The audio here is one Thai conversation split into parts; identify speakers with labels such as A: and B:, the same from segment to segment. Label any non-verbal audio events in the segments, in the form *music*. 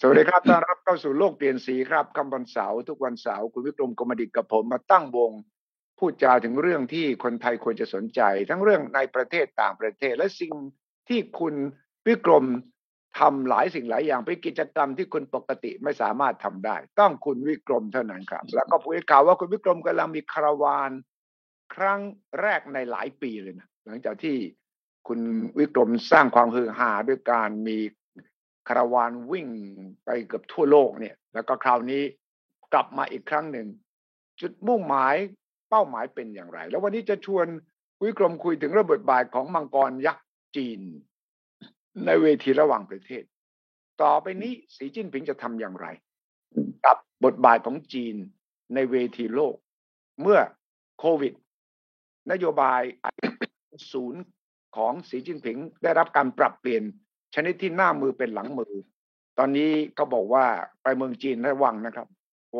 A: สวัสดีครับต้อนรับเข้าสู่โลกเปลี่ยนสีครับคำวันเสาร์ทุกวันเสาร์คุณวิกรมกมดิตกับผมมาตั้งวง พูดจาถึงเรื่องที่คนไทยควรจะสนใจ ทั้งเรื่องในประเทศต่างประเทศ และสิ่งที่คุณวิกรมทำหลายสิ่งหลายอย่างเป็นกิจกรรมที่คนปกติไม่สามารถทำได้ ต้องคุณวิกรมเท่านั้นครับ แล้วก็ผู้ให้ข่าวว่าคุณวิกรมกำลังมีคาราวาน ครั้งแรกในหลายปีเลยนะหลังจากที่คุณวิกรมสร้างความฮือฮาด้วยการมีคาราวานวิ่งไปเกือบทั่วโลกเนี่ย แล้วก็คราวนี้กลับมาอีกครั้งหนึ่ง จุดมุ่งหมายเป้าหมายเป็นอย่างไร แล้ววันนี้จะชวนวิกรมคุยถึงระเบิดบาทของมังกรยักษ์จีน ในเวทีระหว่างประเทศ ต่อไปนี้สีจิ้นผิงจะทำอย่างไร กับบทบาทของจีนในเวทีโลก เมื่อโควิด นโยบาย *coughs* ศูนย์ของสีจิ้นผิง ได้รับการปรับเปลี่ยนชนิดที่หน้ามือเป็นหลังมือ ตอนนี้ก็บอกว่าไปเมืองจีนระวังนะครับ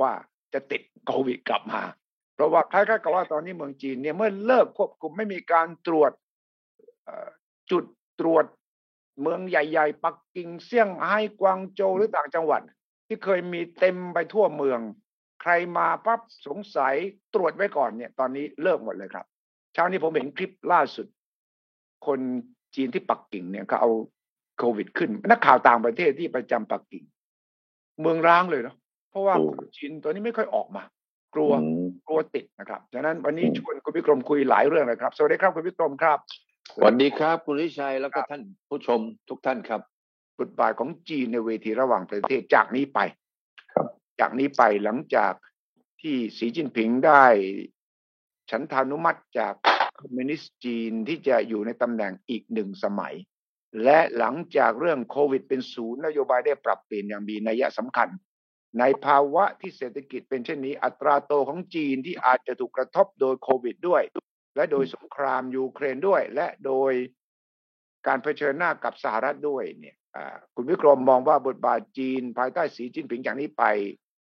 A: ว่าจะติดโควิดกลับมา เพราะว่าคล้ายๆกับว่าตอนนี้เมืองจีนเนี่ยเมื่อเลิกควบคุมไม่มีการตรวจเอ่อจุดตรวจเมืองใหญ่ๆ ปักกิ่งเซี่ยงไฮ้กวางโจวหรือต่างจังหวัด ที่เคยมีเต็มไปทั่วเมือง ใครมาปั๊บสงสัยตรวจไว้ก่อนเนี่ย ตอนนี้เลิกหมดเลยครับ เช้านี้ผมเห็นคลิปล่าสุด คนจีนที่ปักกิ่งเนี่ยเขาเอาโควิดขึ้น นักข่าวต่างประเทศที่ประจำปักกิ่ง เมืองร้างเลยเนาะเพราะว่า
B: โอ้
A: คนจีนตอนนี้ไม่ค่อยออกมา กลัว
B: อืม
A: กลัวติดนะครับฉะนั้นวันนี้
B: อืม
A: ชวนคุณวิกรมคุยหลายเรื่องนะครับ สวัสดีครับคุณวิกรมครับ
B: สวัสดีครับ คุณลิชัยแล้วก็ท่านผู้ชมทุกท่านครับ
A: บทบาทของจีนในเวทีระหว่างประเทศจากนี้ไป
B: ครับ
A: จากนี้ไปหลังจากที่สีจิ้นผิงได้ฉันทานุมัติจากคอมมิวนิสต์จีนที่จะอยู่ในตำแหน่งอีกหนึ่งสมัย และหลังจากเรื่องโควิดเป็นศูนย์นโยบายได้ปรับเปลี่ยนอย่างมีนัยสำคัญ ในภาวะที่เศรษฐกิจเป็นเช่นนี้ อัตราโตของจีนที่อาจจะถูกกระทบโดยโควิดด้วย และโดยสงครามยูเครนด้วย และโดยการเผชิญหน้ากับสหรัฐด้วยเนี่ยอ่าคุณวิกรมมองว่าบทบาทจีน ภายใต้สีจิ้นผิงอย่างนี้ไป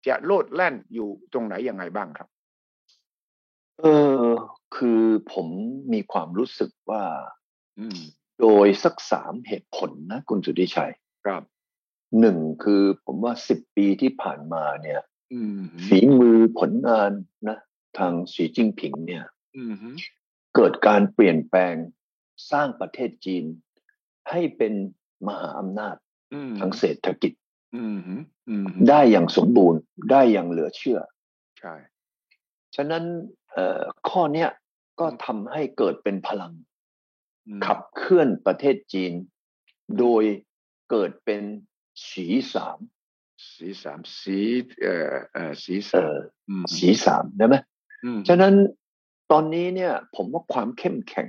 A: จะโลดแล่นอยู่ตรงไหนยังไงบ้างครับ
B: เออ คือผมมีความรู้สึกว่า
A: อืม
B: โดยสักสามเหตุผลนะ คุณสุทธิชัย
A: ครับ
B: หนึ่งคือผมว่าสิบปีที่ผ่านมาเนี่ย
A: อืม
B: ฝีมือผลงานนะ ทางสีจิ้งผิงเนี่ย
A: อืมฮึ
B: เกิดการเปลี่ยนแปลงสร้างประเทศจีน ให้เป็นมหาอำนาจ
A: อืม
B: ทางเศรษฐกิจ
A: อืมฮึอืมฮึ
B: ได้อย่างสมบูรณ์ ได้อย่างเหลือเชื่อ
A: ใช่
B: ฉะนั้นเอ่อข้อเนี้ยก็ทำให้เกิดเป็นพลัง
A: อืม
B: ขับเคลื่อนประเทศจีน โดยเกิดเป็นสีสาม
A: สีสามสีเอ่อเอ่อสี
B: เอ่
A: สาม
B: อ
A: อืม
B: สีสามได้ไหม
A: อืม
B: ฉะนั้นตอนนี้เนี่ยผมว่าความเข้มแข็ง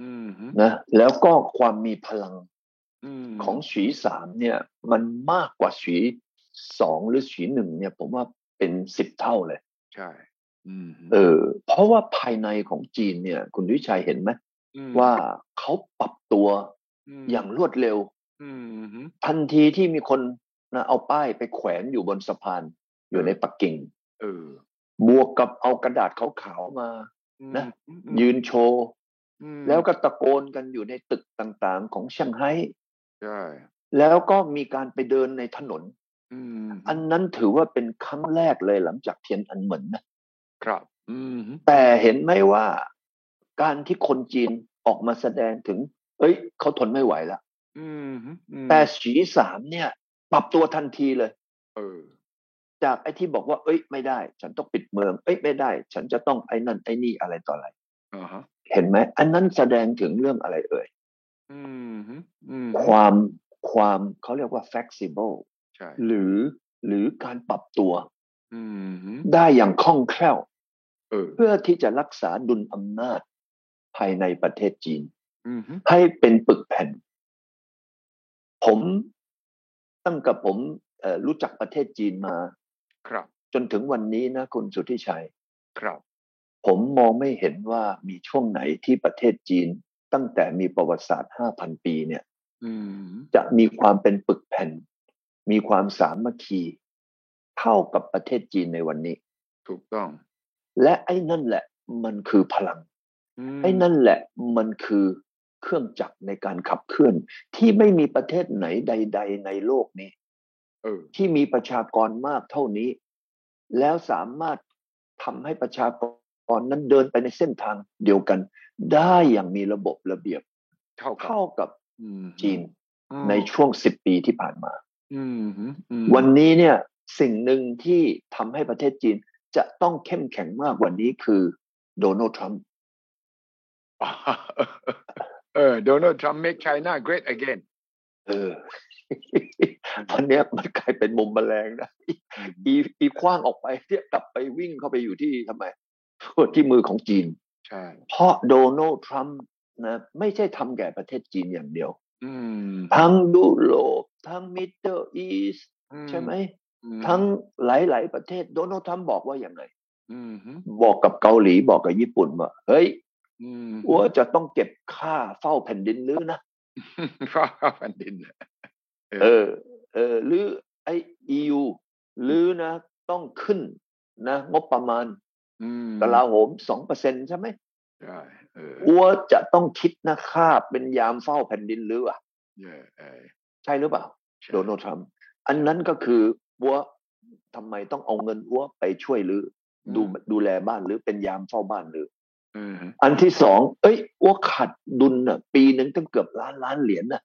A: อืมฮึ
B: นะแล้วก็ความมีพลัง
A: อืม
B: ของสีสามเนี่ยมันมากกว่าสีสองหรือสีหนึ่งเนี่ยผมว่าเป็นสิบเท่าเลย
A: ใช่อืมฮึ
B: เออ เพราะว่าภายในของจีนเนี่ย คุณวิชัยเห็นไหม
A: ม
B: ว่าเขาปรับตัว
A: ม
B: อย่างรวดเร็ว
A: อืมฮึ
B: ทันทีที่มีคนนะเอาป้ายไปแขวนอยู่บนสะพานอยู่ในปักกิ่ง
A: เออบ
B: วกกับเอากระดาษขาวๆมา นะ
A: อืม
B: ยืนโชว์
A: อืม
B: แล้วก็ตะโกนกันอยู่ในตึกต่างๆ ของเซี่ยงไฮ้
A: ใช่
B: แล้วก็มีการไปเดินในถนน
A: อืม
B: อันนั้นถือว่าเป็นครั้งแรกเลยหลังจากเทียนอันเหมินนะครับ
A: อืม
B: แต่เห็นไหมว่าการที่คนจีนออกมาแสดงถึง เอ้ย เขาทนไม่ไหวละ
A: อืมอืม
B: แต่สีสามเนี่ย ปรับตัวทันทีเลย
A: เออ
B: จากไอ้ที่บอกว่า เอ้ยไม่ได้ ฉันต้องปิดเมือง เอ้ยไม่ได้ ฉันจะต้องไอ้นั่นไอ้นี่อะไรต่ออะไร
A: อ่าฮะ
B: เห็นไหมอันนั้นแสดงถึงเรื่องอะไรเอ่ย
A: อืมอืม
B: ความความเขาเรียกว่า flexible
A: ใช่
B: หรือหรือการปรับตัว
A: อืม
B: ได้อย่างคล่องแคล่ว
A: เออ
B: เพื่อที่จะรักษาดุลอำนาจ ภายในประเทศจีน
A: อืม
B: ให้เป็นปึกแผ่น ผมตั้งกับผมเอ่อรู้จักประเทศจีนมา
A: ครับ
B: จนถึงวันนี้นะคุณสุทธิชัย
A: ครับ
B: ผมมองไม่เห็นว่ามีช่วงไหนที่ประเทศจีน ตั้งแต่มีประวัติศาสตร์ 5,000 ปีเนี่ย
A: อืม
B: จะมีความเป็นปึกแผ่น มีความสามัคคี เท่ากับประเทศจีนในวันนี้
A: ถูกต้อง
B: และไอ้นั่นแหละมันคือพลัง
A: ม
B: ไอ้นั่นแหละมันคือเครื่องจักรในการขับเคลื่อน ที่ไม่มีประเทศไหนใด ๆ ในโลกนี้
A: เออ
B: ที่มีประชากรมากเท่านี้ แล้วสามารถทำให้ประชากรนั้นเดินไปในเส้นทางเดียวกัน ได้อย่างมีระบบระเบียบ
A: เท่ากับ
B: เท่ากับ
A: อืม
B: จีน
A: อืม
B: ในช่วงสิบปีที่ผ่านมา
A: อืมอืมอืม
B: วันนี้เนี่ยสิ่งหนึ่งที่ทำให้ประเทศจีนจะต้องเข้มแข็งมากกว่านี้คือโดนัลด์ทรัมป์
A: *laughs* เออโดนัลด์ทรัมป์ make China great again
B: เออ วันเนี้ยมันกลายเป็นมุมแมลงนะ
A: อืม
B: อีอีคว้างออกไปเนี่ยกลับไปวิ่งเข้าไปอยู่ที่ทำไม ที่มือของจีน
A: ใช่
B: เพราะโดนัลด์ทรัมป์นะไม่ใช่ทำแก่ประเทศจีนอย่างเดียว
A: อืม
B: ทั้งยุโรปทั้งมิดเดิลอีส
A: อื
B: ใช่ไหม
A: อืม
B: ทั้งหลาย ๆ ประเทศโดนัลด์ทรัมป์บอกว่าอย่างไง
A: อืม
B: บอกกับเกาหลีบอกกับญี่ปุ่นว่า เฮ้ย
A: อืม *laughs*
B: อัวจะต้องเก็บค่าเฝ้าแผ่นดินหรือนะ
A: เพราะว่าแผ่นดินน่ะ
B: เออ เออหรือไอยูหรือนะ ต้องขึ้นนะ งบประมาณ
A: อืม
B: กลาโหมสองเปอร์เซ็นใช่ไหม
A: ใช่เออ
B: อัวจะต้องคิดนะค่าเป็นยามเฝ้าแผ่นดินหรือวะ
A: เยอะเออ
B: ใช่หรือเปล่า
A: ใช่
B: โดนัลด์ทรัมป์อันนั้นก็คืออัวทำไมต้องเอาเงินอัวไปช่วยหรืออดูดูแลบ้านหรือเป็นยามเฝ้าบ้านหรือ
A: อืมอืม
B: อันที่สองเอ้ยอัวขาดดุลน่ะ ปีหนึ่งตั้งเกือบล้านล้านเหรียญน่ะ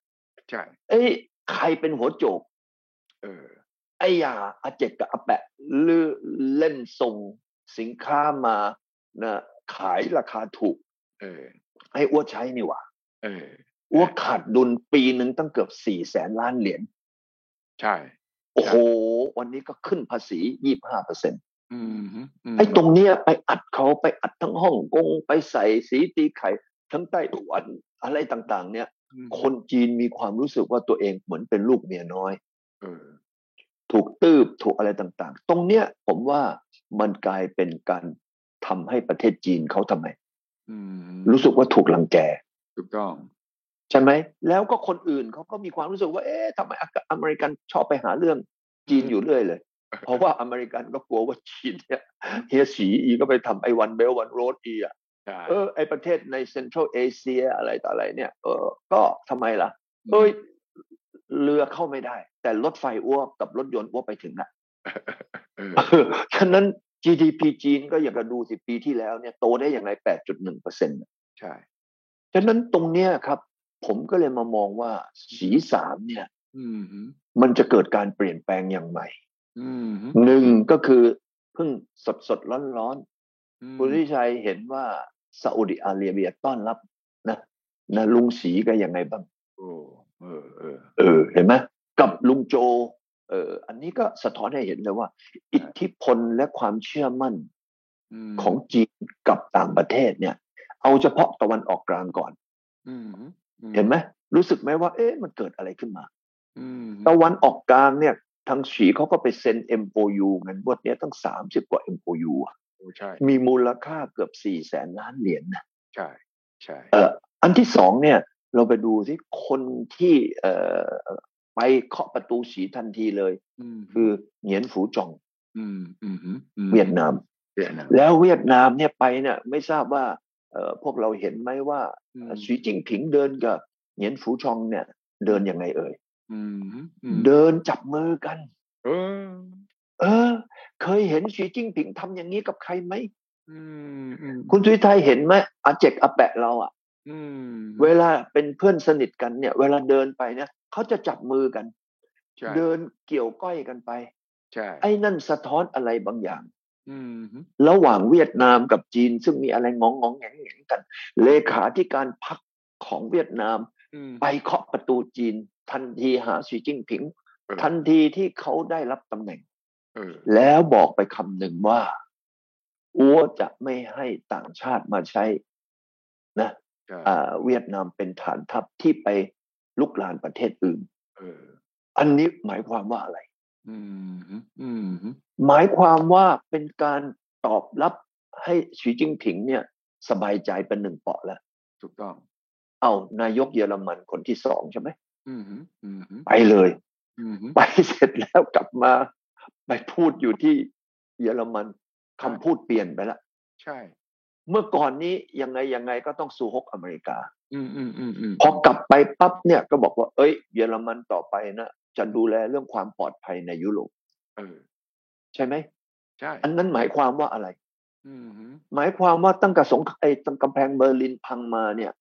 A: ใช่
B: เอ้ยใครเป็นหัวโจก
A: เออ
B: ไอ้ยาอาเจกกับอาแปะเลือเล่นส่งสินค้ามานะขายราคาถูก
A: เออ
B: ให้อ้วใช้นี่หว่า
A: เออ
B: อ้วขาดดุลปีหนึ่งตั้งเกือบสี่แสนล้านเหรียญ
A: ใช่
B: โอ้โห วันนี้ก็ขึ้นภาษียี่ห้าเปอร์เซ็น
A: อืมฮึม
B: ไอ้ตรงเนี้ยไปอัดเขาไปอัดทั้งฮ่องกงไปใส่สีตีไข่ทั้งไต้หวันอะไรต่างๆ เนี่ย
A: อืม
B: คนจีนมีความรู้สึกว่าตัวเองเหมือนเป็นลูกเมียน้อย
A: เออ
B: ถูกตืบถูกอะไรต่างๆ ตรงเนี้ยผมว่ามันกลายเป็นการทำให้ประเทศจีนเขาทำไม
A: อืม
B: รู้สึกว่าถูกลังแก
A: ถูกต้อง
B: ใช่ไหม แล้วก็คนอื่นเขาก็มีความรู้สึกว่า เอ๊ะทำไมอเมริกันชอบไปหาเรื่องจีนอยู่เรื่อยเลย เพราะว่าอเมริกันก็กลัวว่าจีนเนี่ยเฮียสีอีก็ไปทำไอ้วันเบลวันโรดอีอ่ะ
A: ใช่
B: เออไอ้ประเทศในเซ็นทรัลเอเชียอะไรต่ออะไรเนี่ย เออ ก็ทำไมล่ะ เอ้ยเรือเข้าไม่ได้ แต่รถไฟอ้วกกับรถยนต์อ้วกไปถึงนะ
A: เออ
B: เออฉะนั้น GDP จีนก็อย่างกับดูสิปีที่แล้วเนี่ยโตได้อย่างไร 8.1เปอร์เซ็นต์
A: ใช่
B: ฉะนั้นตรงเนี้ยครับ ผมก็เลยมามองว่าสีสามเนี่ย
A: อืมฮึ
B: มันจะเกิดการเปลี่ยนแปลงอย่างใหม่
A: อืมฮึ
B: หนึ่งก็คือเพิ่งสดสดร้อนร้อน
A: อืม
B: ๆคุณทิชัยเห็นว่าซาอุดิอาระเบียต้อนรับนะนะลุงสีก็ยังไงบ้าง
A: โอ้เออเออ
B: เออเห็นไหมกับลุงโจ เออ อันนี้ก็สะท้อนให้เห็นเลยว่า อิทธิพลและความเชื่อมั่น
A: ม
B: ของจีนกับต่างประเทศเนี่ย เอาเฉพาะตะวันออกกลางก่อน
A: อืมฮึ
B: เห็นไหมรู้สึกไหมว่า เอ๊ะมันเกิดอะไรขึ้นมา
A: อืมฮึ
B: ตะวันออกกลางเนี่ย ทางฉีเขาก็ไปเซ็น MOU เงินงวดเนี้ยตั้ง 30 กว่า MOU อะ
A: โอ้ใช่
B: มีมูลค่าเกือบ 4 แสนล้านเหรียญนะ
A: ใช่ใช่
B: เอออันที่สองเนี่ย เราไปดูที่คนที่เอ่อไปเคาะประตูฉีทันทีเลย
A: ม
B: คือเหงียนฝูจอง
A: อืมอืมฮึอืม
B: เวียดนาม
A: เวียดนาม
B: แล้วเวียดนามเนี่ยไปเนี่ยไม่ทราบว่าเอ่อพวกเราเห็นไหมว่า
A: อืม
B: สีจิ้งผิงเดินกับเหงียนฝูชองเนี่ย เดินยังไงเอ่ย
A: อืมฮึอืม
B: เดินจับมือกัน
A: เออ
B: เออ เคยเห็นสีจิ้งผิงทำอย่างนี้กับใครไหม
A: อืมอืม
B: คุณสุวิทัยเห็นไหมอาเจกอาแปะเราอะ
A: อืม
B: เวลาเป็นเพื่อนสนิทกันเนี่ย เวลาเดินไปเนี่ยเขาจะจับมือกัน
A: ใช่
B: เดินเกี่ยวก้อยกันไป
A: ใช่
B: ไอ้นั่นสะท้อนอะไรบางอย่าง
A: อืมฮึ
B: ระหว่างเวียดนามกับจีน ซึ่งมีอะไรงองงองแงงแงงกัน เลขาธิการพรรคของเวียดนาม
A: อืม
B: ไปเคาะประตูจีน ทันทีหาสีจิ้งผิง
A: เออ
B: ทันทีที่เขาได้รับตำแหน่ง
A: เออ
B: แล้วบอกไปคำหนึ่งว่าอัวจะไม่ให้ต่างชาติมาใช้นะ
A: ใช่
B: อ่าเวียดนามเป็นฐานทัพที่ไปลุกลานประเทศอื่น
A: เออ
B: อันนี้หมายความว่าอะไร
A: อืมฮึอืมฮึ
B: หมายความว่าเป็นการตอบรับให้สีจิ้งผิงเนี่ย สบายใจเป็นหนึ่งเปาะแล้ว
A: ถูกต้อง
B: เอานายกเยอรมันคนที่สองใช่ไหม
A: อืมฮึอืมฮึ
B: ไปเลย
A: อืมฮึ
B: ไปเสร็จแล้วกลับมาไปพูดอยู่ที่เยอรมัน
A: ครั
B: คำ
A: บ
B: พูดเปลี่ยนไปละ
A: ใช่
B: เมื่อก่อนนี้ยังไงยังไงก็ต้องสู้ฮกอเมริกา
A: อืมอืมอืมอืม
B: พอกลับไปปั๊บเนี่ยก็บอกว่า เอ้ย เยอรมันต่อไปนะ จะดูแลเรื่องความปลอดภัยในยุโรป
A: เออ
B: ใช่ไหม
A: ใช่
B: อันนั้นหมายความว่าอะไร
A: อืมฮึ
B: หมายความว่าตั้งแต่สงครไอ้ตั้งกำแพงเบอร์ลินพังมาเนี่ย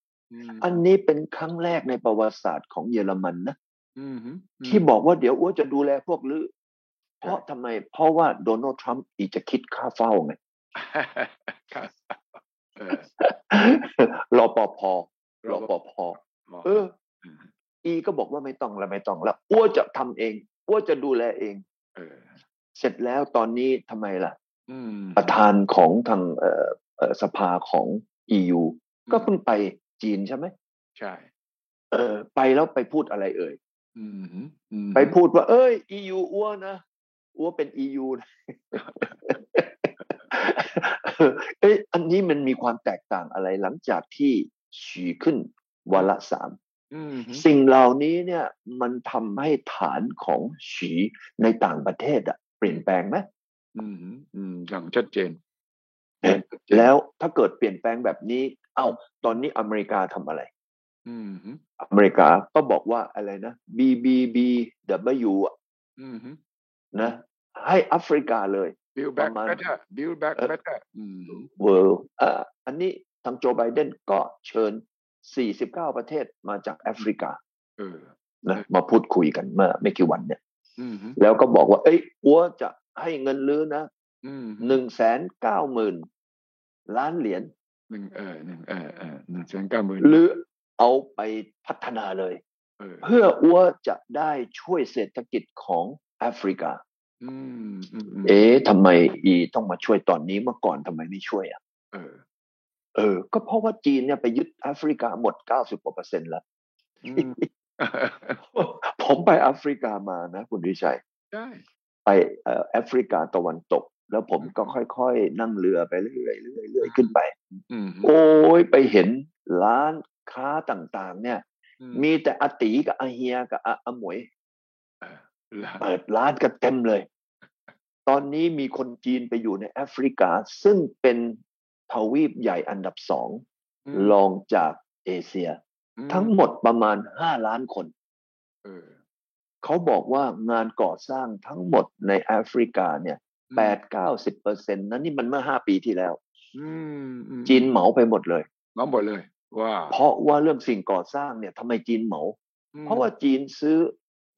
A: ม
B: อันนี้เป็นครั้งแรกในประวัติศาสตร์ของเยอรมันนะ
A: อืมฮึม
B: ที่บอกว่าเดี๋ยวอ้วจะดูแลพวกลือ
A: ใช่
B: เพราะทำไม เพราะว่าโดนัลด์ทรัมป์อีกจะคิดค่าเฝ้าไง
A: ครับเอ
B: *laughs*
A: อ
B: รอปภรอปภ
A: หมอ
B: เออ อีก็บอกว่าไม่ต้องแล้วไม่ต้องแล้วอ้วจะทำเองอ้วจะดูแลเอง
A: เออ
B: เสร็จแล้วตอนนี้ทำไมล่ะ
A: อืม
B: ประธานของทางเอ่อเอ่อสภาของ EU ก็เพิ่งไปจีนใช่ไหม
A: ใช่
B: เออ ไปแล้วไปพูดอะไรเอ่ย
A: อืมฮึอืม
B: ไปพูดว่า เอ้ย EU อ้วนนะอ้วนเป็น EU นะ *laughs* เอ้ยอันนี้มันมีความแตกต่างอะไรหลังจากที่ฉีขึ้นวาระสาม
A: อืมฮึ
B: สิ่งเหล่านี้เนี่ย มันทำให้ฐานของฉีในต่างประเทศอะเปลี่ยนแปลงไหม
A: อืมฮึอืมอย่างชัดเจน
B: เอ๊ะ แล้วถ้าเกิดเปลี่ยนแปลงแบบนี้ เอ้า ตอนนี้อเมริกาทำอะไร
A: อืมฮึ
B: อเมริกาก็บอกว่าอะไรนะ BBBW อะ
A: อืมฮึ
B: นะ ให้แอฟริกาเลย
A: build back
B: ประมาณ
A: better build back
B: เออ
A: better อืมฮึ
B: World เอ่ออันนี้ทางโจไบเดนก็เชิญ 49 ประเทศมาจากแอฟริกา
A: เออ
B: นะมาพูดคุยกันเมื่อไม่กี่วันเนี่ย
A: อืมฮึ
B: แล้วก็บอกว่า เอ้ยอัวจะให้เงินลื้อนะ
A: อืมฮึ
B: หนึ่งแสนเก้าหมื่นล้านเหรียญ
A: หนึ่งเออหนึ่งเออเออหนึ่งแสนเก้าหมื่น
B: หรือเอาไปพัฒนาเลย
A: เออ
B: เพื่ออัวจะได้ช่วยเศรษฐกิจของแอฟริกา
A: อืมอืมอืม
B: เอ๊ะทำไมอีต้องมาช่วยตอนนี้เมื่อก่อนทำไมไม่ช่วยอ่ะ
A: เออ
B: เออ ก็เพราะว่าจีนเนี่ยไปยึดแอฟริกาหมด 90กว่าเปอร์เซ็นต์แล้ว *laughs*
A: อืม
B: ผมไปแอฟริกามานะ คุณวิชัย
A: *laughs* ใช่
B: ไปเอ่อแอฟริกาตะวันตก แล้วผมก็ค่อยๆ นั่งเรือไปเรื่อยๆเรื่อยๆเรื่อยๆขึ้นไป
A: อืมฮึ
B: โอ้ยไปเห็นร้านค้าต่างๆ เนี่ย
A: อื
B: มีแต่อาตีกับอาเฮียกับอาอาหมวย
A: เออแล้ว
B: เปิดร้านกันเต็มเลย ตอนนี้มีคนจีนไปอยู่ในแอฟริกา ซึ่งเป็นทวีปใหญ่อันดับสอง
A: ม
B: รองจากเอเชีย
A: อื
B: ทั้งหมดประมาณ 5 ล้านคน
A: เออ
B: เขาบอกว่างานก่อสร้างทั้งหมดในแอฟริกาเนี่ย
A: อืม
B: แปดเก้าสิบเปอร์เซ็นต์นั้นนี่มันเมื่อ 5 ปีที่แล้ว
A: อืมอืม
B: จีนเหมาไปหมดเลย
A: น้องหมดเลยว้าว
B: เพราะว่าเรื่องสิ่งก่อสร้างเนี่ยทำไมจีนเหมา
A: อืม
B: เพราะว่าจีนซื้อ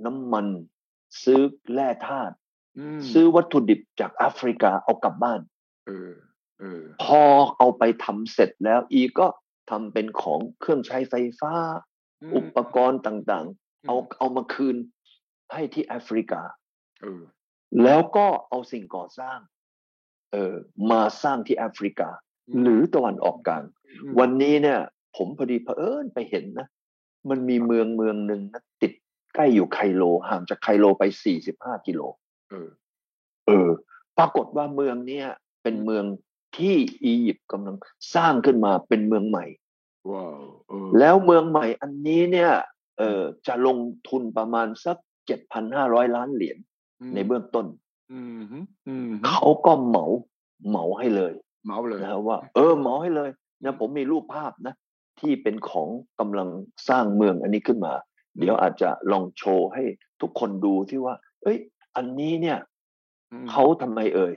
B: น้ำมัน ซื้อแร่ธาตุ
A: ม
B: ซื้อวัตถุดิบจากแอฟริกาเอากลับบ้าน
A: เออเออ
B: พอเอาไปทำเสร็จแล้ว อีก็ทำเป็นของเครื่องใช้ไฟฟ้า
A: ม
B: อุปกรณ์ต่างๆ เอาเอามาคืนให้ที่แอฟริกา
A: เออ
B: แล้วก็เอาสิ่งก่อสร้าง เออมาสร้างที่แอฟริกา หรือตะวันออกกลาง
A: ม
B: วันนี้เนี่ย ผมพอดีเผอิญไปเห็นนะ มันมีเมืองเมืองหนึ่งนะติดใกล้อยู่ไคโล ห่างจากไคโลไป 45 กิโล
A: เออ
B: เออ ปรากฏว่าเมืองเนี่ย เป็นเมืองที่อียิปต์กำลังสร้างขึ้นมาเป็นเมืองใหม่
A: ว้าวเออ
B: แล้วเมืองใหม่อันนี้เนี่ย เออจะลงทุนประมาณสัก 7,500 ล้านเหรียญในเบื้องต้น
A: อืมฮึอืมฮึ
B: เขาก็เหมาเหมาให้เลย
A: เหมาเลย
B: นะว่า เออเหมาให้เลยนะผมมีรูปภาพนะ ที่เป็นของกำลังสร้างเมืองอันนี้ขึ้นมา เดี๋ยวอาจจะลองโชว์ให้ทุกคนดูที่ว่า เอ้ย อันนี้เนี่ย
A: อืม
B: เขาทำไมเอ่ย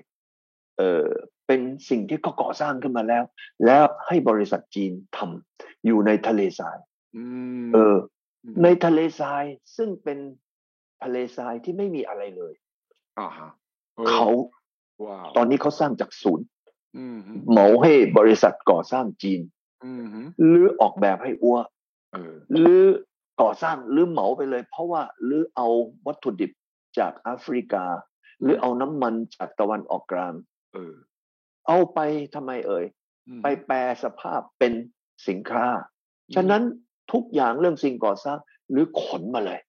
B: เออเป็นสิ่งที่เขาก่อสร้างขึ้นมาแล้ว แล้วให้บริษัทจีนทำอยู่ในทะเลทราย
A: อืม
B: เออ
A: ม
B: ในทะเลทรายซึ่งเป็นทะเลทรายที่ไม่มีอะไรเลย
A: อ่าฮะออ
B: เขา
A: ว้าว
B: ตอนนี้เขาสร้างจากศูนย์
A: อืมฮึ
B: เหมาให้บริษัทก่อสร้างจีน
A: อืมฮึ
B: หรือออกแบบให้อ้ว
A: เออ
B: หรือก่อสร้างหรือเหมาไปเลย เพราะว่าหรือเอาวัตถุดิบจากแอฟริกา หรือเอาน้ำมันจากตะวันออกกลาง
A: เออ
B: เอาไปทำไมเอ่ย
A: อืม
B: ไปแปรสภาพเป็นสินค้า ฉะนั้นทุกอย่างเรื่องสิ่งก่อสร้างหรือขนมาเลย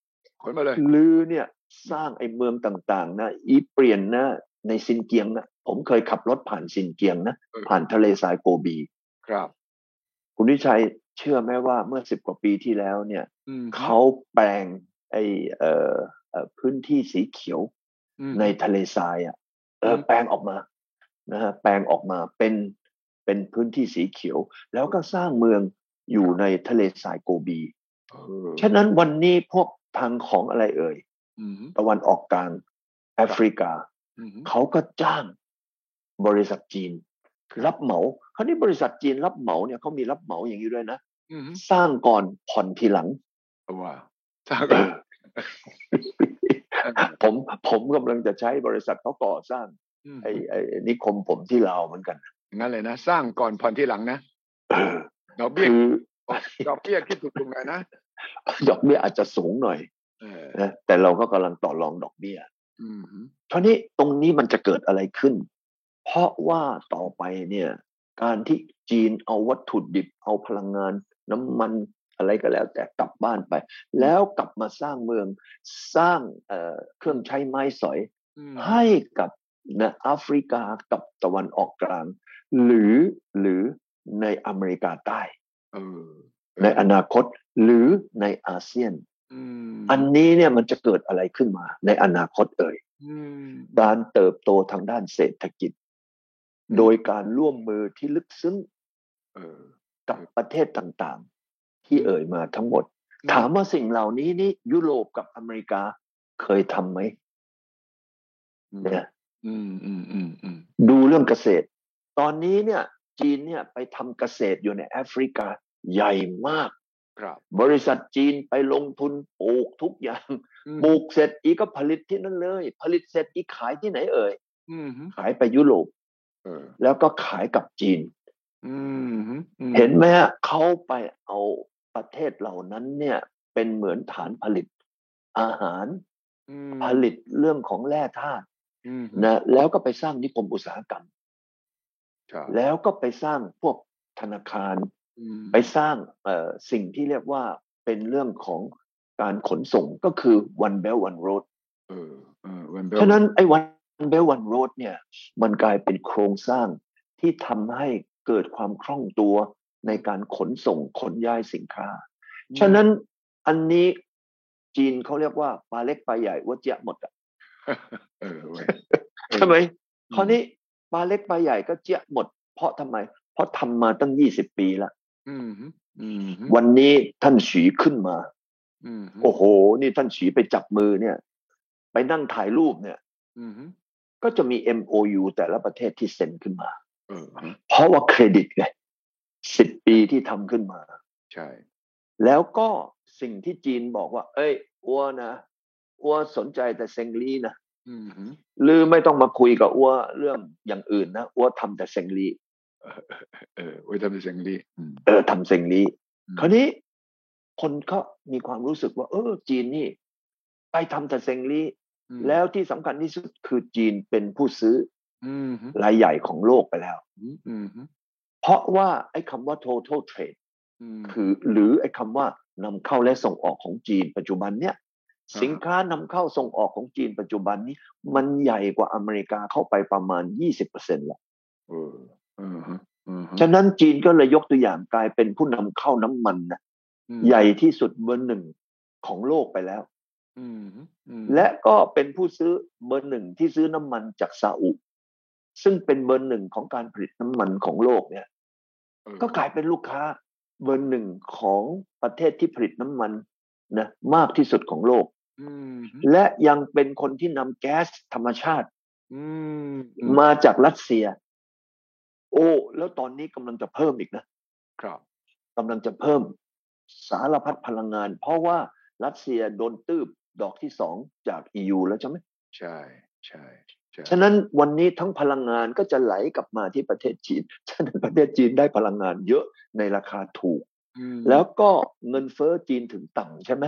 A: ขนมาเลย
B: ลือเนี่ยสร้างไอ้เมืองต่างๆ นะอีเปลี่ยนนะในซินเกียงนะผมเคยขับรถผ่านซินเกียงนะผ่านทะเลทรายโกบี
A: ครับ
B: คุณวิชัยเชื่อไหมว่าเมื่อสิบกว่าปีที่แล้วเนี่ย
A: อืม
B: เขาแปลงไอ้เอ่อเอ่อพื้นที่สีเขียว
A: อืม
B: ในทะเลทรายอ่ะเออ
A: อืม
B: แปลงออกมานะฮะแปลงออกมาเป็นเป็นพื้นที่สีเขียว แล้วก็สร้างเมืองอยู่ในทะเลทรายโกบี
A: เออ
B: ฉะนั้นวันนี้พวกทางของอะไรเอ่ย
A: อืม
B: ตะวันออกกลางแอฟริกา
A: อืม
B: เขาก็จ้างบริษัทจีน รับเหมาคราวนี้บริษัทจีนรับเหมาเนี่ยเขามีรับเหมาอย่างนี้ด้วยนะ
A: อื
B: *laughs*
A: ม
B: สร้างก่อนผ่อนทีหลั
A: *coughs*
B: ง
A: ว้าวส *laughs* ร้าง
B: ผมผมกำลังจะใช้บริษัทเขาก่อสร้างไอ้ไอ้นิคมผมที่ลาวเหมือน *coughs* กัน
A: งั้นเลยนะสร้างก่อนผ่อนที่หลังนะ
B: เออ
A: ดอกเบี้ย
B: คือ
A: *laughs* ดอกเบี้ยคิดถูกลงหน่อยนะ
B: ดอกเบี้ยอาจจะสูงหน่อย
A: เออ
B: นะแต่เราก็กำลังต่อรองดอกเบี้ย
A: อืม
B: เท่านี้ตรงนี้มันจะเกิดอะไรขึ้น เพราะว่าต่อไปเนี่ย การที่จีนเอาวัตถุดิบเอาพลังงาน น้ำมันอะไรก็แล้ว แต่กลับบ้านไป แล้วกลับมาสร้างเมืองสร้างเอ่อเครื่องใช้ไม้สอย
A: อืม
B: ให้กับนะแอฟริกากับตะวันออกกลาง หรือหรือในอเมริกาใต้
A: เออ
B: ในอนาคตหรือในอาเซียน
A: อืม
B: อันนี้เนี่ยมันจะเกิดอะไรขึ้นมา ในอนาคตเอ่ย
A: อืม
B: การเติบโตทางด้านเศรษฐกิจ โดยการร่วมมือที่ลึกซึ้ง
A: เออ
B: กับประเทศต่างๆ ที่เอ่ยมาทั้งหมด ถามว่าสิ่งเหล่านี้นี่ยุโรปกับอเมริกาเคยทำไหมเนี่ย
A: อืมอืมอืมอืม
B: ดูเรื่องเกษตร ตอนนี้เนี่ยจีนเนี่ยไปทำเกษตรอยู่ในแอฟริกาใหญ่มาก
A: ครับ
B: บริษัทจีนไปลงทุนปลูกทุกอย่าง
A: อืม
B: ปลูกเสร็จอีกก็ผลิตที่นั่นเลย ผลิตเสร็จอีกขายที่ไหนเอ่ย
A: อืม
B: ขายไปยุโรป
A: เออ
B: แล้วก็ขายกับจีน
A: อืมอืม
B: เห็นไหมฮะเขาไปเอาประเทศเหล่านั้นเนี่ยเป็นเหมือนฐานผลิตอาหาร
A: อืม
B: ผลิตเรื่องของแร่ธาตุ
A: อืม
B: นะแล้วก็ไปสร้างนิคมอุตสาหกรรม
A: ครับ
B: แล้วก็ไปสร้างพวกธนาคาร
A: อืม
B: ไปสร้างเอ่อสิ่งที่เรียกว่าเป็นเรื่องของการขนส่งก็คือ one belt one road
A: เออเออวันเบล
B: ฉะนั้นไอ้ one belt one road เนี่ยมันกลายเป็นโครงสร้างที่ทำให้เกิดความคล่องตัวในการขนส่งขนย้ายสินค้า ฉะนั้นอันนี้จีนเขาเรียกว่าปลาเล็กปลาใหญ่วัดเจียะหมดอะ
A: *laughs* เออเว้ย เออ
B: ใช่ไหมคราวนี้ปลาเล็กปลาใหญ่ก็เจียะหมด เพราะทำไม เพราะทำมาตั้งยี่สิบปีละ
A: อืมอืม
B: วันนี้ท่านฉีขึ้นมา
A: อืม
B: โอ้โห นี่ท่านฉีไปจับมือเนี่ย ไปนั่งถ่ายรูปเนี่ย
A: อืม
B: ก็จะมี MOU แต่ละประเทศที่เซ็นขึ้นมา
A: เออฮะ
B: เพราะว่าเครดิตไงสิบปีที่ทำขึ้นมา
A: ใช่
B: แล้วก็สิ่งที่จีนบอกว่า เอ้ยอ้วนะอ้วสนใจแต่เซงลีนะ
A: อืม
B: หรือไม่ต้องมาคุยกับอ้วเรื่องอย่างอื่นนะอ้วทำแต่เซงลี
A: เออเว้ยทำเป็นเสียงดีอืม
B: เออทำเซงลี
A: อืม
B: คราวนี้ คนก็มีความรู้สึกว่า เออ จีนนี่ ไปทำแต่เซงลี
A: อืม
B: แล้วที่สำคัญที่สุดคือจีนเป็นผู้ซื้อ
A: อืมฮึ
B: รายใหญ่ของโลกไปแล้ว
A: อืมอืม
B: เพราะว่าไอ้คำว่า total trade
A: อืม
B: คือ หรือไอ้คำว่านำเข้าและส่งออกของจีนปัจจุบันเนี่ย
A: อ่า
B: สินค้านำเข้าส่งออกของจีนปัจจุบันนี้มันใหญ่กว่าอเมริกาเข้าไปประมาณ 20%แล้ว
A: เออเออฮะเออฮะ
B: ฉะนั้นจีนก็เลยยกตัวอย่างกลายเป็นผู้นำเข้าน้ำมันนะ
A: อืม
B: ใหญ่ที่สุดเบอร์หนึ่งของโลกไปแล้ว
A: อืมอืม
B: และก็เป็นผู้ซื้อเบอร์หนึ่งที่ซื้อน้ำมันจากซาอุ ซึ่งเป็นเบอร์หนึ่งของการผลิตน้ำมันของโลกเนี่ย
A: เออ
B: ก็กลายเป็นลูกค้าเบอร์หนึ่งของประเทศที่ผลิตน้ำมันนะมากที่สุดของโลก
A: อืม
B: และยังเป็นคนที่นำแก๊สธรรมชาติ
A: อืม
B: มาจากรัสเซีย โอ้แล้วตอนนี้กำลังจะเพิ่มอีกนะ
A: ครับ
B: กำลังจะเพิ่มสารพัดพลังงาน เพราะว่ารัสเซียโดนตืบดอกที่สองจาก EU แล้วใช่ไหม
A: ใช่ใช่ใช่
B: ฉะนั้นวันนี้ทั้งพลังงานก็จะไหลกลับมาที่ประเทศจีน *laughs* ฉะนั้นประเทศจีนได้พลังงานเยอะในราคาถูก
A: อืม
B: แล้วก็เงินเฟ้อจีนถึงต่ำใช่ไหม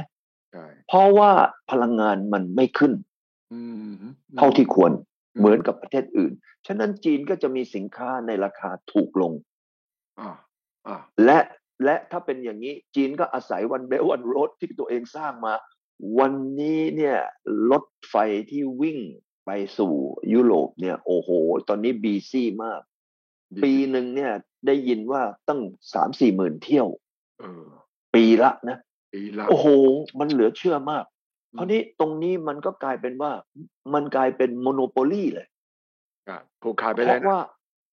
A: ใช่
B: เพราะว่าพลังงานมันไม่ขึ้น
A: อืม
B: เท่าที่ควรเหมือนกับประเทศอื่น ฉะนั้นจีนก็จะมีสินค้าในราคาถูกลง
A: อ่าอ่า
B: และและถ้าเป็นอย่างนี้จีนก็อาศัยวันเบลวันรถที่ตัวเองสร้างมา วันนี้เนี่ยรถไฟที่วิ่งไปสู่ยุโรปเนี่ยโอ้โห ตอนนี้บีซี่มาก ปีหนึ่งเนี่ยได้ยินว่าตั้งสามสี่หมื่นเที่ยว
A: เออ
B: ปีละนะ
A: ปีละ
B: โอ้โห มันเหลือเชื่อมาก
A: อืม
B: คราวนี้ตรงนี้มันก็กลายเป็นว่ามันกลายเป็นโมโนโปลีเลย
A: ครับผูกขาดไป
B: เพ
A: เลย
B: ราะ
A: นะ
B: ว่า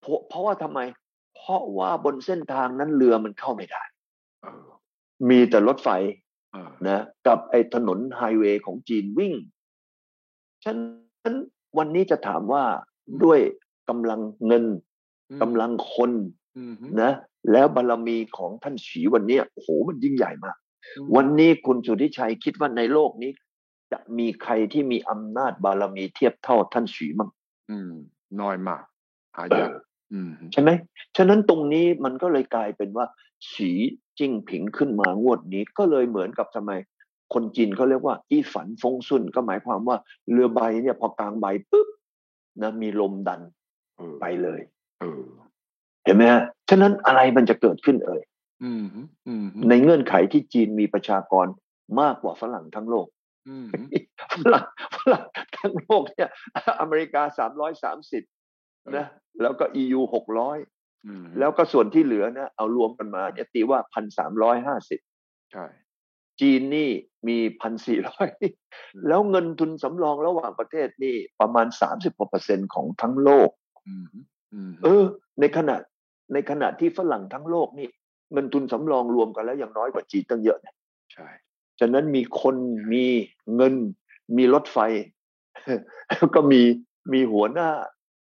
B: เพราะเพราะว่าทำไม เพราะว่าบนเส้นทางนั้นเรือมันเข้าไม่ได้
A: เออ
B: มีแต่รถไฟ
A: เออ
B: นะกับไอ้ถนนไฮเวย์ของจีนวิ่ง ฉะนั้นวันนี้จะถามว่าด้วยกำลังเงิน
A: อืม
B: กำลังคน
A: อืมฮึ
B: นะ แล้วบารมีของท่านฉีวันเนี้ยโอ้โหมันยิ่งใหญ่มาก
A: อืม
B: วันนี้คุณสุทธิชัยคิดว่าในโลกนี้ จะมีใครที่มีอำนาจบารมีเทียบเท่าท่านฉีมั้ง
A: อืมน้อยมาก หา
B: เอย
A: าก
B: อ
A: อืมฮึ
B: ใช่ไหมฉะนั้นตรงนี้มันก็เลยกลายเป็นว่าฉีจิ้งผิงขึ้นมางวดนี้ก็เลยเหมือนกับทำไม คนจีนเขาเรียกว่า อีฝันฟงซุนก็หมายความว่าเรือใบเนี่ยพอกลางใบปุ๊บนะมีลมดัน
A: เออ
B: ไปเลย
A: เออ
B: เห็นไหมฮะ ฉะนั้นอะไรมันจะเกิดขึ้นเอ่ย
A: อืมฮึอืมฮึ
B: ในเงื่อนไขที่จีนมีประชากรมากกว่าฝรั่งทั้งโลก
A: อืมฮึ
B: ฝรั่ง *laughs* ฝรั่งทั้งโลกเนี่ย อเมริกาสามร้อยสามสิบนะ แล้วก็ยูหกร้อย
A: อืมฮึ
B: แล้วก็ส่วนที่เหลือนะเอารวมกันมาเนี่ยตีว่าพันสามร้อยห้าสิบ
A: ใช่
B: จีนนี่มีพันสี่ร้อยแล้วเงินทุนสำรองระหว่างประเทศนี่ประมาณสามสิบกว่าเปอร์เซ็นต์ของทั้งโลก
A: อืมฮึอืม
B: เอ
A: ฮึ
B: อ ในขณะในขณะที่ฝรั่งทั้งโลกนี่ เงินทุนสำรองรวมกันแล้วยังน้อยกว่าจีนตั้งเยอะนะ
A: ใช่
B: ฉะนั้นมีคนมีเงิน มีรถไฟ *laughs* แล้วก็มีมีหัวหน้า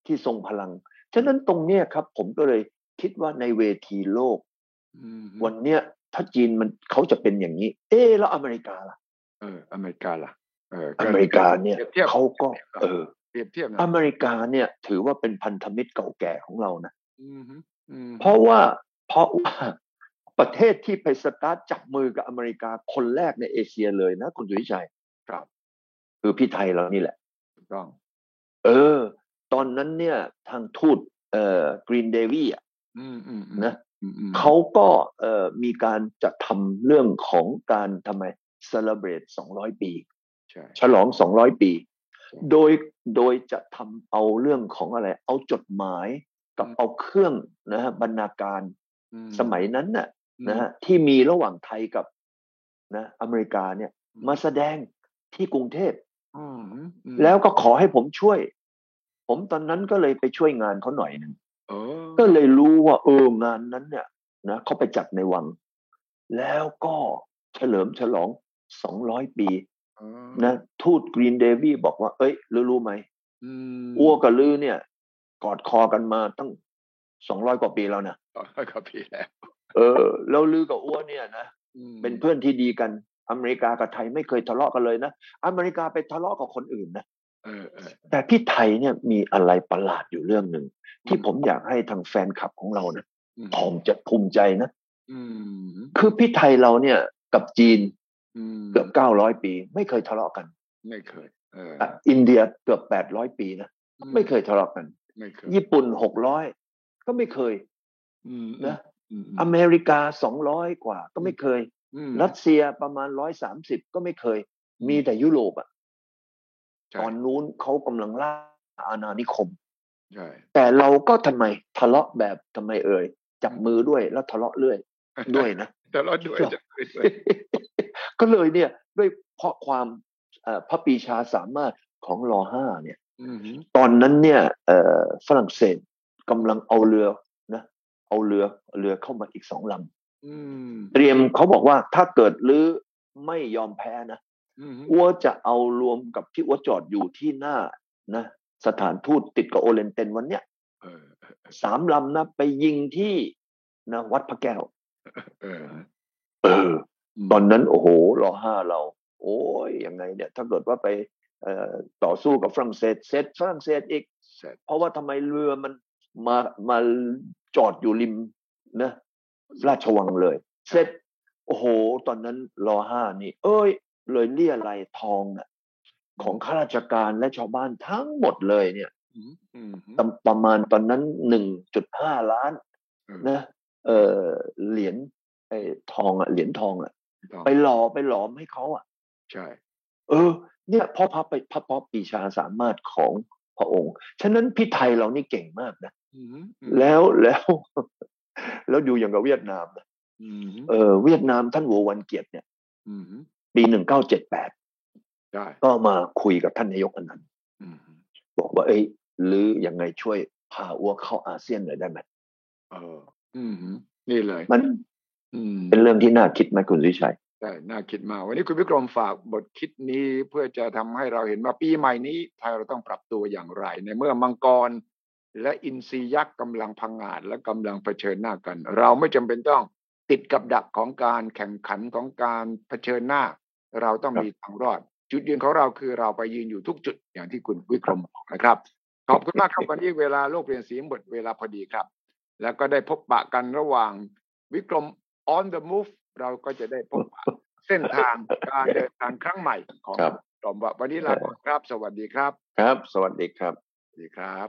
B: ที่ทรงพลัง ฉะนั้นตรงเนี้ยครับ ผมก็เลยคิดว่าในเวทีโลก
A: อืมฮึ
B: วันเนี้ยถ้าจีนมันเขาจะเป็นอย่างนี้ เอ๊ะแล้วอเมริกาล่ะ
A: เอออเมริกาล่ะเออ
B: อเมริกาเนี่ย
A: ปรีบทียบ
B: เขาก็ เออ
A: เปรียบเทียบนะ
B: อเมริกาเนี่ย ถือว่าเป็นพันธมิตรเก่าแก่ของเรานะ
A: อืมฮึอืมฮึ
B: เพราะว่าเพราะว่าประเทศที่ไปสตาร์ทจับมือกับอเมริกาคนแรกในเอเชียเลยนะ คุณสุวิชัย
A: ครับ
B: คือพี่ไทยเรานี่แหละ
A: ถูกต้อง
B: เออ ตอนนั้นเนี่ยทางทูตเอ่อกรีนเดวีอ่ะ
A: อืมอืมอืม
B: นะ
A: อืมอืม
B: เขาก็เอ่อมีการจัดทำเรื่องของการทำไม celebrate 200 ปี
A: ใช่
B: ฉลอง 200 ปี โดยโดยจะทำเอาเรื่องของอะไร เอาจดหมายกับเอาเครื่องนะฮะบรรณาการ
A: อื
B: สมัยนั้นน่ะ
A: อืม
B: นะฮะที่มีระหว่างไทยกับนะอเมริกาเนี่ย
A: อืม
B: มาแสดงที่กรุงเทพ
A: อืมฮึอืม
B: แล้วก็ขอให้ผมช่วย ผมตอนนั้นก็เลยไปช่วยงานเขาหน่อยหนึง
A: เออ
B: ก็เลยรู้ว่าเอองานนั้นเนี่ยนะเขาไปจัดในวัง แล้วก็เฉลิมฉลองสองร้อยปี
A: เออ
B: นะทูตกรีนเดวีบอกว่า เอ้ยรู้รู้ไหม
A: อืม
B: อ้วกับลือเนี่ย กอดคอกันมาตั้งสองร้อยกว่าปีแล้วนะ
A: ก็พี่แล้ว
B: เออแล้วลือกับอ้วเนี่ยนะ
A: อืม
B: เป็นเพื่อนที่ดีกันอเมริกากับไทยไม่เคยทะเลาะกันเลยนะ อเมริกาไปทะเลาะกับคนอื่นนะ
A: เออเออ
B: แต่พี่ไทยเนี่ยมีอะไรประหลาดอยู่เรื่องหนึ่งที่ผมอยากให้ทางแฟนคลับของเรานะ
A: อืม
B: ผมจะภูมิใจนะ
A: อืม
B: คือพี่ไทยเราเนี่ยกับจีน
A: อืม
B: เกือบ 900 ปี ไม่เคยทะเลาะกัน
A: ไม่เคย เออ
B: อ่ะอินเดียเกือบ 800 ปีนะไม่เคยทะเลาะกัน
A: ไม่เคย
B: ญี่ปุ่น 600 ก็ไม่เคย
A: อืม
B: นะ
A: อืม
B: อเมริกา 200 กว่า ก็ไม่เคย
A: อืม
B: รัสเซียประมาณ 130 ก็ไม่เคย มีแต่ยุโรปอะ
A: ใช่
B: ตอนนู้นเขากำลังล่าอาณานิคม
A: ใช่ *laughs*
B: แต่เราก็ทำไมทะเลาะแบบทำไมเอ่ยจับมือด้วยแล้วทะเลาะเรื่อยด้วยนะ *laughs*
A: แต่เราด้วยจะ *laughs* ด้วย
B: ก็เลยเนี่ยด้วยเพราะความเอ่อพระปรีชาสามารถของรอห้าเนี่ย
A: อืมฮึ
B: ตอนนั้นเนี่ยเอ่อฝรั่งเศสกำลังเอาเรือนะเอาเรือเรือเข้ามาอีกสองล
A: อืม
B: ำเตรียมเขาบอกว่าถ้าเกิดลื้อไม่ยอมแพ้นะ
A: อืมฮึ
B: อัวจะเอารวมกับที่อัวจอดอยู่ที่หน้านะสถานทูตติดกับโอเลนเตนวันเนี้ย
A: เออเออ
B: สามลำนะไปยิงที่นะวัดพระแก้ว
A: เออ
B: เออ ตอนนั้นโอ้โหรอห้าเรา โอ้ยยังไงเนี่ย ถ้าเกิดว่าไปเอ่อต่อสู้กับฝรั่งเศสเสร็จฝรั่งเศสอีก
A: เสร็จ
B: เพราะว่าทำไมเรือมันมามาจอดอยู่ริมนะราชวังเลย เสร็จ โอ้โห ตอนนั้นรอห้านี่ เอ้ย เลยเลี่ยไรายทองน่ะของข้าราชการและชาวบ้านทั้งหมดเลยเนี่ย
A: อืมอืมฮึ
B: ตำประมาณตอนนั้นหนึ่งจุดห้าล้าน
A: เออ
B: นะเออเหรียญไอ้ทองอ่ะเหรียญทองอ่ะ
A: ต้อง
B: ไปหล่อไปหลอมให้เขาอ่ะ
A: ใช่
B: เออ เนี่ยเพราะพระไปพระพระปีชาสามารถของพระองค์ ฉะนั้นพี่ไทยเรานี่เก่งมากนะ
A: อืมฮึ
B: แล้ว *laughs* แล้ว แล้วอยู่อย่างกับเวียดนามนะ
A: อืมฮึ
B: เออเวียดนามท่านโววันเกียรติเนี่ย
A: อืมฮึ
B: ปีหนึ่งเก้าเจ็ดแปด
A: ได้
B: ก็มาคุยกับท่านนายกอนันต์
A: อืมฮึ
B: บอกว่าเอ้ยหรือยังไงช่วยพาอ้วเข้าอาเซียนหน่อยได้ไหม
A: เออ อืมฮึนี่เลย
B: มัน
A: อืม
B: เป็นเรื่องที่น่าคิดไหมคุณสุวิชัย
A: ใช่น่าคิดมากวันนี้คุณวิกรมฝากบทคิดนี้เพื่อจะทำให้เราเห็นว่าปีใหม่นี้ไทยเราต้องปรับตัวอย่างไร ในเมื่อมังกร และอินทรียักษ์กำลังพังอาจและกำลังเผชิญหน้ากัน เราไม่จำเป็นต้องติดกับดักของการแข่งขันของการเผชิญหน้า เราต้องมีทางรอด จุดยืนของเราคือเราไปยืนอยู่ทุกจุดอย่างที่คุณวิกรมบอกนะครับ ขอบคุณมากครับวันนี้เวลาโลกเปลี่ยนสีหมดเวลาพอดีครับ แล้วก็ได้พบปะกันระหว่างวิกรม on the move เราก็จะได้พบปะเส้นทางการเดินทางครั้งใหม่ของ
B: ครับ
A: กรมว่าวันนี้ลาก่อนครับ สวัสดีครับ
B: ครับ สวัสดีครับ
A: สวัสดีครับ